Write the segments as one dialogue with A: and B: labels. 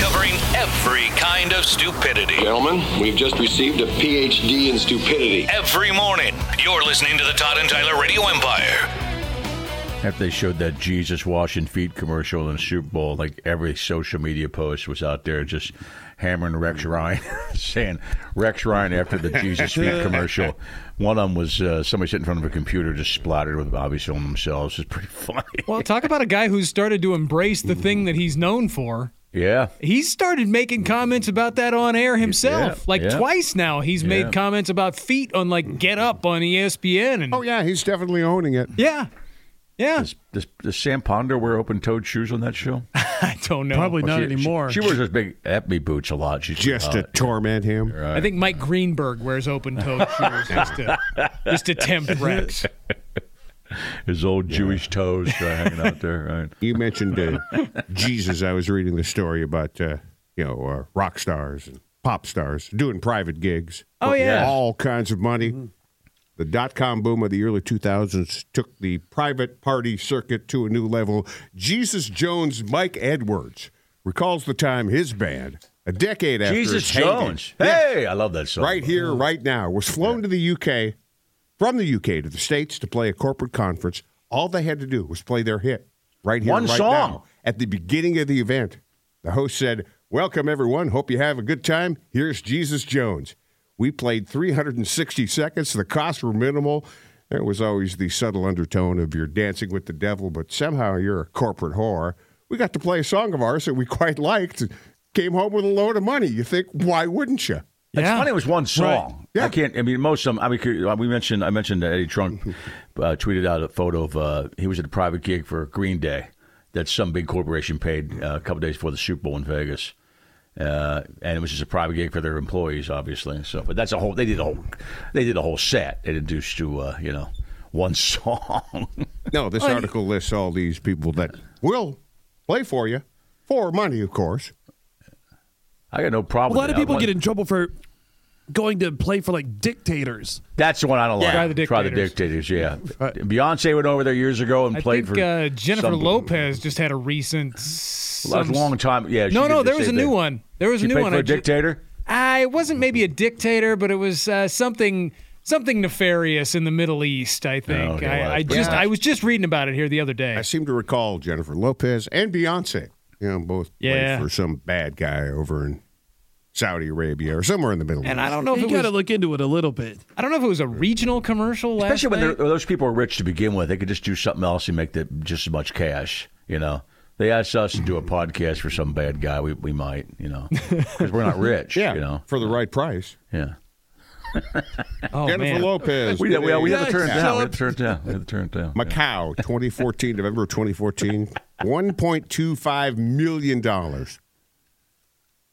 A: Covering every kind of stupidity.
B: Gentlemen, we've just received a PhD in stupidity.
A: Every morning, you're listening to the Todd and Tyler Radio Empire.
C: After they showed that Jesus washing feet commercial in the Super Bowl, like every social media post was out there just hammering Rex
D: Mm-hmm.
C: Ryan, saying Rex Ryan after the Jesus feet commercial. One of them was uh, somebody sitting in front of a computer just splattered with obviously on themselves. It's pretty funny.
E: Well, talk about a guy who's started to embrace the thing that he's known for.
C: Yeah.
E: He's started making comments about that on air himself.
C: Yeah,
E: like
C: yeah.
E: twice now, he's
C: Yeah.
E: made comments about feet on like Get Up on E ESPN. And
D: Oh yeah, he's definitely owning it.
E: yeah, yeah.
C: Does, does, does Sam Ponder wear open-toed shoes on that show?
E: I don't know.
F: Probably not
C: She- she-
F: anymore.
C: She, wears those big Epme boots a lot. She's
D: Just to
C: uh,
D: torment him.
E: I think Mike Greenberg wears open-toed shoes just to just to tempt Rex.
C: his old Jewish toes uh, hanging out there. Right.
D: You mentioned uh, Jesus. I was reading the story about uh, you know uh, rock stars and pop stars doing private gigs.
E: Oh,
D: for
E: yeah. Mm-hmm.
D: all kinds of money. The dot com boom of the early 2000s took the private party circuit to a new level. Jesus Jones, Mike Edwards recalls the time his band, a decade after
C: Jesus
D: its heyday-
C: Jones. Hey, I love that song.
D: right here, right now, was flown to the UK from the UK to the States to play a corporate conference. All they had to do was play their hit right here,
C: One
D: right
C: song.
D: now. At the beginning of the event, the host said, Welcome, everyone. Hope you have a good time. Here's Jesus Jones. We played 360 seconds. The costs were minimal. There was always the subtle undertone of you're dancing with the devil, but somehow you're a corporate whore. We got to play a song of ours that we quite liked. Came home with a load of money. You think, why wouldn't you?
C: It's
E: Yeah.
C: funny. It was one song.
D: Yeah.
C: I can't. I mean, most of them. I mean, uh, we mentioned. I mentioned that Eddie Trunk uh, tweeted out a photo of. Uh, he was at a private gig for Green Day that some big corporation paid uh, a couple days before the Super Bowl in Vegas, uh, and it was just a private gig for their employees, obviously. So, but that's a whole. They did a whole. They did a whole set. They didn't just do uh, you know one song.
D: No, this article lists all these people that will play for you for money, of course.
C: I got no problem.
F: A lot
C: with
F: of
C: that.
F: people
C: One-
F: get in trouble for going to play for like dictators.
C: That's the one I don't like.
E: Try the
C: dictators. Yeah, Beyonce went over there years ago and
E: I
C: played
E: think
C: for
E: uh, Jennifer
C: some-
E: Lopez just had a recent
C: A
E: some-
C: long time. Yeah. she
E: No,
C: did
E: no,
C: the
E: there was a
C: same
E: new
C: thing.
E: one. There was
C: She
E: a new
C: played
E: one.
C: for
E: I
C: a
E: ju-
C: dictator.
E: I wasn't maybe a dictator, but it was uh, something something nefarious in the Middle East. I think
C: Okay, well,
E: I, I
C: that's
E: just
C: pretty
E: I was just reading about it here the other day.
D: I seem to recall Jennifer Lopez and Beyonce. You know, both
E: Yeah.
D: played for some bad guy over in Saudi Arabia or somewhere in the Middle
E: And
D: East.
E: I don't know if
F: you
E: it
F: got to
E: was
F: look into it a little bit.
E: I don't know if it was a regional commercial last
C: Especially when
E: night.
C: they're- those people are rich to begin with, they could just do something else and make the, just as much cash. You know, they asked us to do a podcast for some bad guy. We we might, you know, because we're not rich.
D: yeah,
C: You know.
D: for the right price.
C: Yeah.
E: oh
D: Jennifer
E: man,
D: Lopez.
C: We, we, we had to
F: Yeah,
C: turn it down.
F: sell
C: We
F: it.
C: had to turn it down. We had to turn it down.
D: Macau, 2014, November 2014, 1.25 million dollars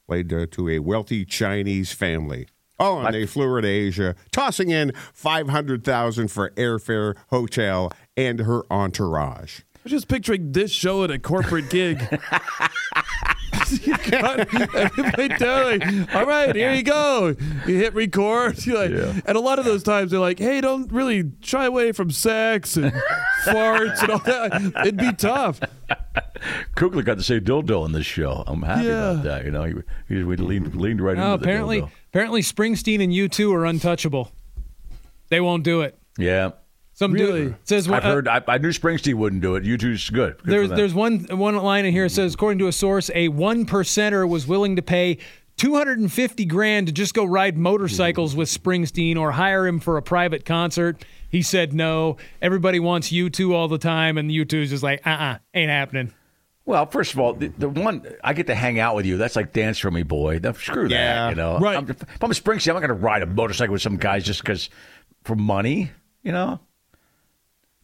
D: played uh, to a wealthy Chinese family. Oh, and they flew her to Asia, tossing in 500,000 for airfare, hotel, and her entourage.
F: I was just picturing this show at a corporate gig. You got everybody down, like, All right, here you go. You hit record. You're like, And a lot of those times they're like, hey, don't really shy away from sex and farts and all that. It'd be tough.
C: Kugler got to say dildo in this show. I'm happy
F: Yeah.
C: about that. You know, he, he, we leaned, leaned right
E: no,
C: into
E: Mm-hmm. Oh, apparently
C: the dildo.
E: apparently Springsteen and you two are untouchable. They won't do it.
C: Yeah.
E: Some
F: Really?
E: dude says
C: I've
E: uh,
C: heard. I, I knew Springsteen wouldn't do it. You two's good. good for
E: There's
C: them.
E: there's one one line in here that says, according to a source, a one percenter was willing to pay 250 grand to just go ride motorcycles with Springsteen or hire him for a private concert. He said no. Everybody wants U2 all the time, and U2's just like, uh uh-uh, uh, ain't happening.
C: Oh, Well, first of all, the, the one I get to hang out with you, that's like dance for me, boy. Now, screw
D: Yeah,
C: that, you know.
F: right.
C: I'm, if I'm a Springsteen, I'm not going to ride a motorcycle with some guys just because for money, you know.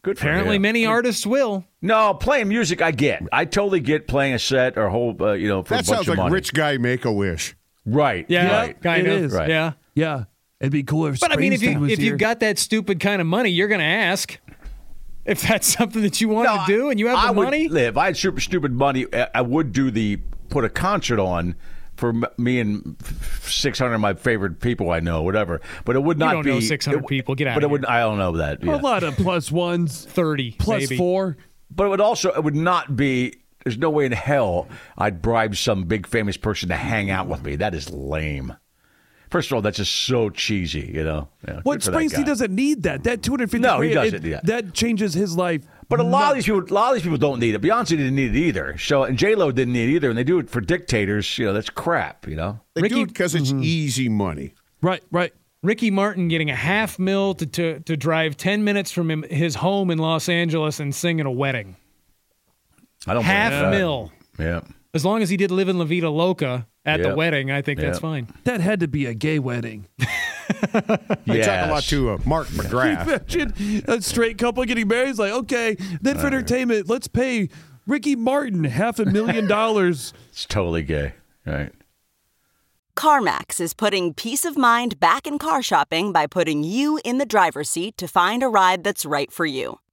C: Good for
E: Apparently,
C: you.
E: many artists will.
C: No, playing music, I get. I totally get playing a set or whole, uh, you know, for
D: That
C: a bunch
D: sounds
C: of
D: like
C: money.
D: rich guy make a wish.
C: right?
E: Yeah,
C: right.
E: kind
F: it
E: of.
F: is.
C: Right.
E: Yeah.
F: Yeah, it'd be cool if.
E: But I mean, if
F: Springsteen
E: you
F: was
E: if
F: here.
E: you've got that stupid kind of money, you're going to ask if that's something that you want
C: No,
E: to do and you have
C: I
E: the
C: would
E: money.
C: Live. I had super stupid money. I I would do the put a concert on for m- me and six hundred of my favorite people I know, whatever. But it would not
E: don't
C: be
E: know 600
C: it-
E: people. Get outta
C: But it
E: here.
C: would. I don't know that.
F: a
C: yeah.
F: lot of plus ones,
E: 30
F: plus
E: maybe.
F: four.
C: But it would also. It would not be. There's no way in hell I'd bribe some big famous person to hang out with me. That is lame. First of all, that's just so cheesy. You know. Yeah,
F: What
C: good for that guy.
F: Springsteen doesn't need that. That two hundred fifty.
C: No, he doesn't, yeah.
F: That changes his life.
C: But a lot of these people, a lot of these people don't need it. Beyonce didn't need it either. So and J Lo didn't need it either. And they do it for dictators. You know, that's crap. You know.
D: They do
E: Ricky-
D: it because it's
C: Mm-hmm.
D: easy money.
F: Right, right.
E: Ricky Martin getting a half mil to, to, to drive 10 minutes from him, his home in Los Angeles and sing at a wedding.
C: I
F: Oh
C: don't blame
E: Half
C: that.
E: mil.
C: Yeah.
E: As long as he did live in La Vida Loca at
C: Yeah.
E: the wedding, I think that's
C: Yeah.
E: fine.
F: That had to be a gay wedding.
C: They
D: Talk a lot to uh, Mark McGrath.
F: Imagine a straight couple getting married. It's like, okay, then for entertainment, let's pay Ricky Martin half a million dollars.
C: It's totally gay. Right.
G: CarMax is putting peace of mind back in car shopping by putting you in the driver's seat to find a ride that's right for you.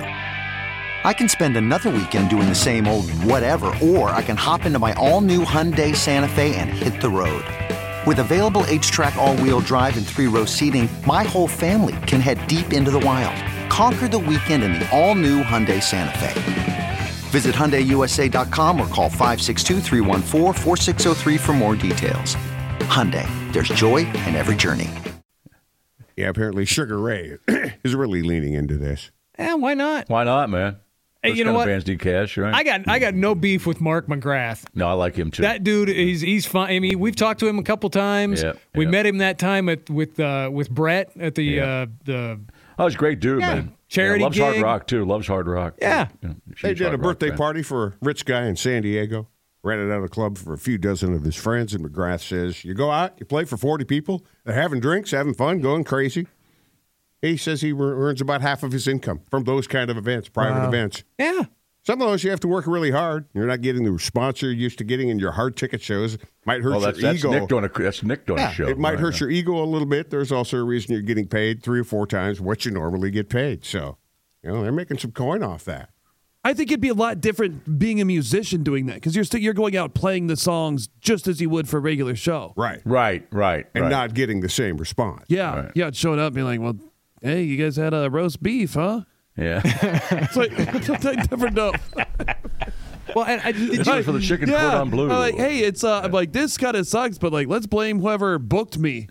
H: I can spend another weekend doing the same old whatever, or I can hop into my all new Hyundai Santa Fe and hit the road. With available H track, all wheel drive, and three row seating, my whole family can head deep into the wild. Conquer the weekend in the all new Hyundai Santa Fe. Visit HyundaiUSA.com or call 562-314-4603 for more details. Hyundai, there's joy in every journey.
D: yeah, apparently Sugar Ray is really leaning into this.
E: Eh, why not?
C: Why not, man?
E: Hey,
C: Those
E: you know
C: kind of
E: what?
C: Bands need cash, right?
E: I got I got no beef with Mark McGrath.
C: no, I like him too.
E: That dude, he's he's fine. I mean, we've talked to him a couple times.
C: Yeah,
E: we
C: yeah.
E: met him that time at with uh, with Brett at the
C: Yeah.
E: uh, the
C: oh, he's a great dude,
E: Yeah,
C: man.
E: charity
C: yeah, loves hard
E: gig.
C: rock too. Loves hard rock.
E: Yeah.
D: They did a birthday party for a rich guy in San Diego. Rented out a club for a few dozen of his friends, and McGrath says, "You go out, you play for forty people. They're having drinks, having fun, going crazy." He says he ear- earns about half of his income from those kind of events, private events.
E: yeah.
D: Some of those you have to work really hard. You're not getting the response you're used to getting in your hard ticket shows. Might hurt
C: Oh, that's,
D: your
C: that's
D: ego.
C: Nick doing a that's Nick doing
D: Yeah,
C: a show.
D: It might
C: Right,
D: hurt
C: yeah.
D: your ego a little bit. There's also a reason you're getting paid three or four times what you normally get paid. So, you know, they're making some coin off that.
F: I think it'd be a lot different being a musician doing that because you're still you're going out playing the songs just as you would for a regular show.
D: Right.
C: Right, right,
D: And
C: right.
D: not getting the same response.
F: Yeah, yeah. Showing up, and being like, well, hey, you guys had a roast beef, huh?
C: yeah.
F: It's like I never know.
E: Well, and I, did
C: Sorry
E: you,
C: for the chicken cordon bleu.
F: I'm like, hey, it's uh, I'm like this kind of sucks, but like, let's blame whoever booked me.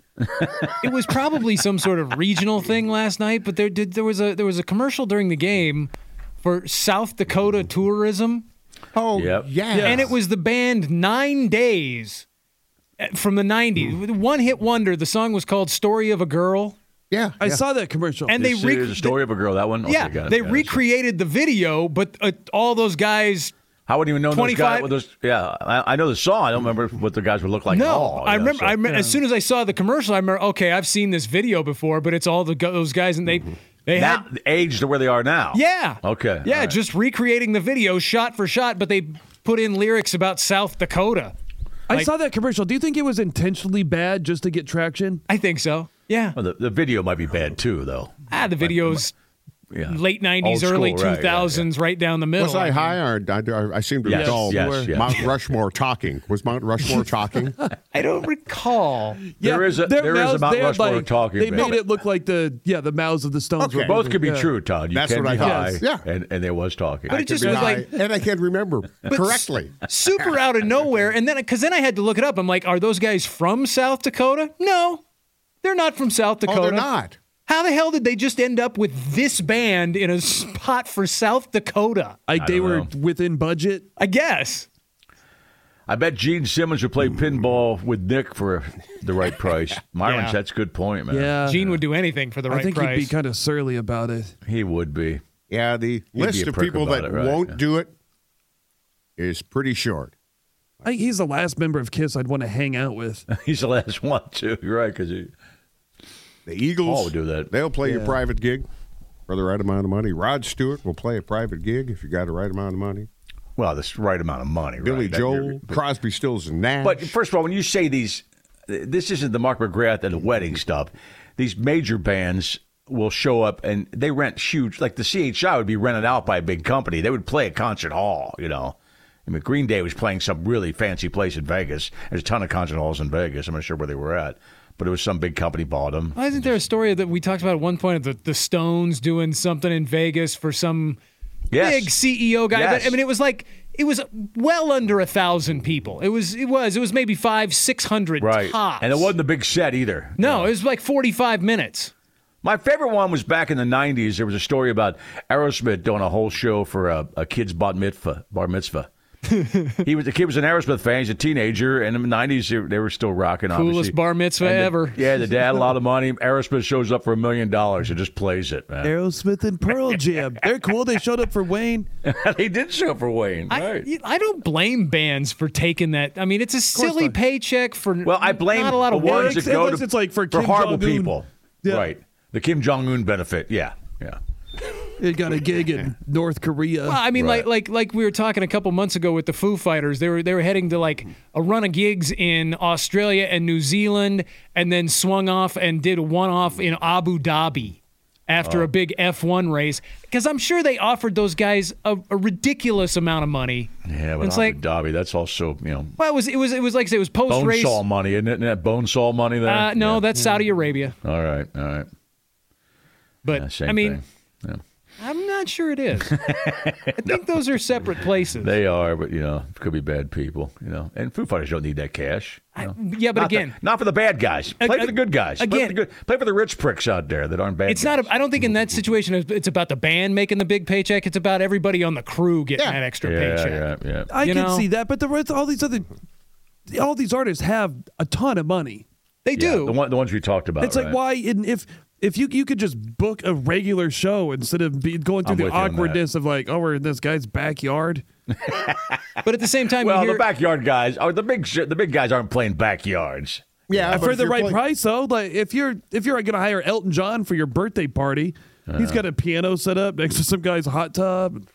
E: it was probably some sort of regional thing last night, but there did there was a there was a commercial during the game for South Dakota tourism.
D: Oh,
C: Yep.
D: yeah.
E: And it was the band Nine Days uh, from the
C: Hmm.
E: 90s. One hit wonder. The song was called Story of a Girl.
D: Yeah.
F: I saw that commercial.
E: And they
C: It's-
E: rec-
C: there's a story of a girl. That one. Okay,
E: yeah,
C: got it,
E: they
C: got it.
E: recreated the video, but uh, all those guys.
C: I wouldn't even know those
E: 25
C: guys. What those, yeah, I, I know the song. I don't remember what the guys would look like.
E: No,
C: at all,
E: I
C: you know,
E: remember.
C: so-
E: I remember as soon as I saw the commercial, I remember. Okay, I've seen this video before, but it's all the go- those guys, and they they
C: now,
E: had
C: age to where they are now.
E: Yeah.
C: Mm-hmm. Okay,
E: Yeah,
C: all right.
E: just recreating the video shot for shot, but they put in lyrics about South Dakota.
F: I saw that commercial. Do you think it was intentionally bad just to get traction?
E: I think so. Yeah.
C: Well, the, the video might be bad too, though.
E: Ah, the video's
C: Yeah.
E: late 90s,
C: Old
E: early
C: school, right, right,
E: 2000s, right, down the middle.
D: Was I
E: think.
D: high or I, I seem to
C: Yes,
D: recall
C: yes, yes.
D: Mount Rushmore talking? Was Mount Rushmore talking?
E: I don't recall.
C: There is a-
F: their
C: there is a
F: mouths,
C: Mount
F: they had,
C: Rushmore
F: like,
C: talking
F: They
C: band.
F: made it look like the yeah the mouths of the Stones.
D: Okay.
F: were
C: Both could be
F: moving. Yeah.
C: true, Todd. You
D: That's
C: can
D: what I
C: be
D: thought.
C: high,
D: Yeah.
C: and, and there was talking.
E: But it just was like
D: and I can't remember correctly.
E: super out of nowhere. And then, because then I had to look it up. I'm like, are those guys from South Dakota? No, they're not from South Dakota.
D: Oh, they're not.
E: How the hell did they just end up with this band in a spot for South Dakota?
F: Like they
C: don't
F: were
C: know.
F: within budget.
E: I guess.
C: I bet Gene Simmons would play
D: Mm.
C: pinball with Nick for the right price. Myron,
E: Yeah.
C: that's a good point, man.
F: Yeah,
E: Gene would do anything for the right
F: Uh, I think
E: price.
F: he'd be kind of surly about it.
C: he would be.
D: Yeah, the
C: be
D: list
C: a
D: of
C: prick
D: people
C: about
D: that
C: it, right,
D: won't
C: yeah.
D: do it is pretty short.
F: I think he's the last member of Kiss I'd want to hang out with.
C: He's the last one too. You're right, because he.
D: The Eagles
C: Paul would do that.
D: They'll play your private gig for the right amount of money. Rod Stewart will play a private gig if you got the right amount of money.
C: Well, the right amount of money.
D: Billy
C: right? That-
D: Joel, Crosby, Stills, and Nash.
C: But first of all, when you say these, this isn't the Mark McGrath and the wedding stuff. These major bands will show up and they rent huge. Like the CHI would be rented out by a big company. They would play a concert hall. You know, I mean Green Day was playing some really fancy place in Vegas. There's a ton of concert halls in Vegas. I'm not sure where they were at, but it was some big company bought them.
E: Why isn't there a story that we talked about at one point of the, the Stones doing something in Vegas for some
C: Yes.
E: big CEO guy?
C: Yes.
E: But, I mean, it was like it was well under a thousand people. It was it was it was maybe five six hundred
C: Right,
E: tops.
C: and it wasn't a big set either.
E: No, it was like forty five minutes.
C: My favorite one was back in the '90s. There was a story about Aerosmith doing a whole show for a, a kid's bat mitzvah. Bar mitzvah. he was the kid was an Aerosmith fan. He's a teenager, and in the '90s they, they were still rocking.
E: Coolest
C: obviously.
E: bar mitzvah
C: And the-
E: ever.
C: Yeah, the dad a lot of money. Aerosmith shows up for a million dollars and just plays it. Man,
F: Aerosmith and Pearl Jam. They're cool. They showed up for Wayne.
C: they did show up for Wayne. right.
E: I, I don't blame bands for taking that. I mean, it's a silly
F: not.
E: paycheck for
C: Well, I blame
E: not a lot
C: the
E: of work.
C: ones
F: It's-
C: that go
F: it's-
C: to
F: it's like for Kim
C: horrible
F: Jong-un.
C: people.
F: Yeah.
C: Right. The Kim Jong Un benefit. Yeah. Yeah.
F: They got a gig in North Korea.
E: Well, I mean,
C: Right.
E: like like like we were talking a couple months ago with the Foo Fighters. They were they were heading to like a run of gigs in Australia and New Zealand, and then swung off and did one off in Abu Dhabi after
C: Oh.
E: a big F1 race. Because I'm sure they offered those guys a, a ridiculous amount of money.
C: Yeah, but
E: it's
C: Abu
E: like
C: Dhabi. That's also you know
E: well, it was it was it was like I said, it was post
C: bone
E: race.
C: saw money, isn't it? Isn't that bone saw money there?
E: Uh, no,
C: Yeah.
E: that's Saudi Arabia.
C: All right, all right. Yeah,
E: But
C: same
E: I mean,
C: thing. Yeah.
E: I'm not sure it is. I think those are separate places.
C: they are, but you know, could be bad people. You know, and Foo Fighters don't need that cash.
E: I- yeah, but
C: Not the-
E: again,
C: not for the bad guys. Play
E: Ag-
C: for the good guys. play for
E: again-
C: the, good, play for the rich pricks out there that aren't bad.
E: It's not. A, I don't think in that situation it's- it's about the band making the big paycheck. It's about everybody on the crew getting that extra
C: yeah,
E: paycheck.
C: yeah, yeah.
F: I
E: you
F: can
E: know?
F: see that, but the rest, all these other, all these artists have a ton of money.
E: They
C: Yeah,
E: do.
C: the, one, the ones we talked about.
F: It's like
C: right?
F: why, in, if if you you could just book a regular show instead of be going through
C: I'm
F: the
C: with you on that.
F: awkwardness of like, oh, we're in this guy's backyard.
E: but at the same time, you
C: Well,
E: hear-
C: the backyard guys are the big. sh- The big guys aren't playing backyards.
D: yeah, but
F: for
D: if
F: the
D: you're
F: right
D: play-
F: price though. Like if you're if you're going to hire Elton John for your birthday party, he's got a piano set up next to some guy's hot tub.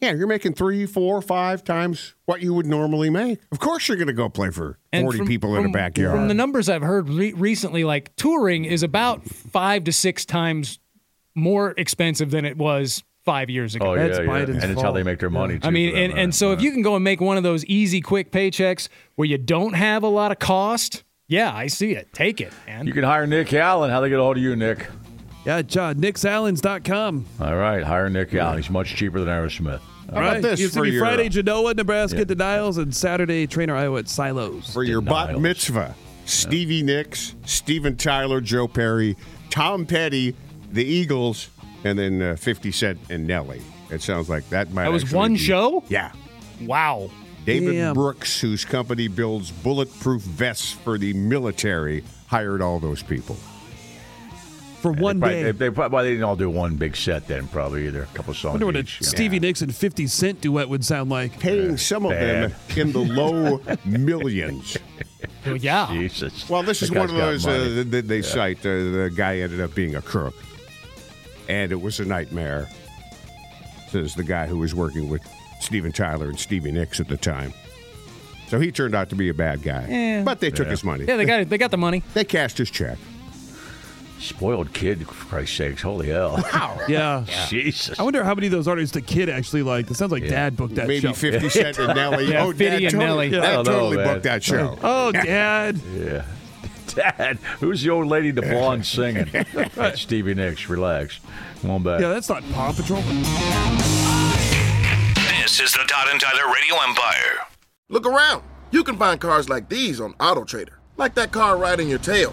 D: Yeah, you're making three, four, five times what you would normally make. Of course, you're going to go play for
E: and
D: forty
E: from-
D: people in
E: from-
D: a backyard.
E: From the numbers I've heard re- recently, like touring is about five to six times more expensive than it was five years ago.
C: Oh
F: That's
C: yeah, yeah.
F: Biden's
C: and it's how
F: fault.
C: they make their money. Too,
E: I mean,
C: for that
E: and,
C: matter.
E: and so if you can go and make one of those easy, quick paychecks where you don't have a lot of cost, yeah, I see it. Take it, man.
C: you can hire Nick Allen. How they get a hold of you, Nick?
F: Yeah, John, nicksallens.com.
C: All right, hire Nick Allen. He's much cheaper than Aerosmith.
F: All
D: about
F: right.
D: this
F: It's
D: for
F: going to be
D: your-
F: Friday, Genoa, Nebraska, Denials, and Saturday, Trainer, Iowa at Silos.
D: for your bat
C: Denials.
D: mitzvah. Stevie Nicks, Steven Tyler, Joe Perry, Tom Petty, the Eagles, and then uh, 50 Cent and Nelly. It sounds like that might
E: That was
D: actually
E: one
D: be-
E: show?
D: Yeah.
E: Wow.
D: David
F: Damn.
D: Brooks, whose company builds bulletproof vests for the military, hired all those people.
F: For one
C: Probably-
F: day.
C: They, they probably they didn't all do one big set then, probably either a couple songs.
F: wonder what a
C: each, you know.
F: Stevie Nicks and 50 Cent duet would sound like.
D: Paying some of them in the low millions.
E: Well, yeah.
C: Jesus.
D: Well, this
C: That
D: is
C: guy's
D: one of
C: got
D: those
C: money.
D: uh, that they cite. Uh, the guy ended up being a crook, and it was a nightmare. Says the guy who was working with Steven Tyler and Stevie Nicks at the time. So he turned out to be a bad guy, but they took his money.
E: Yeah, they got it. They got the money.
D: They cashed his check.
C: Spoiled kid, for Christ's sakes. Holy hell.
F: Yeah.
C: Jesus.
F: I wonder how many of those artists the kid actually liked. It sounds like Dad booked that
D: Maybe
F: show.
D: 50 Cent and Nelly.
E: Yeah,
D: oh, Dad,
E: 50 and Nelly.
D: totally,
C: I
D: Dad
C: don't know,
D: totally
C: man.
D: booked that show.
F: Oh, Dad.
C: Yeah. Dad, who's the old lady, the blonde singing? That's Stevie Nicks. Relax. Come on back.
F: Yeah, that's not Paw Patrol.
A: This is the Todd and Tyler Radio Empire.
I: Look around. You can find cars like these on AutoTrader, like that car riding your tail.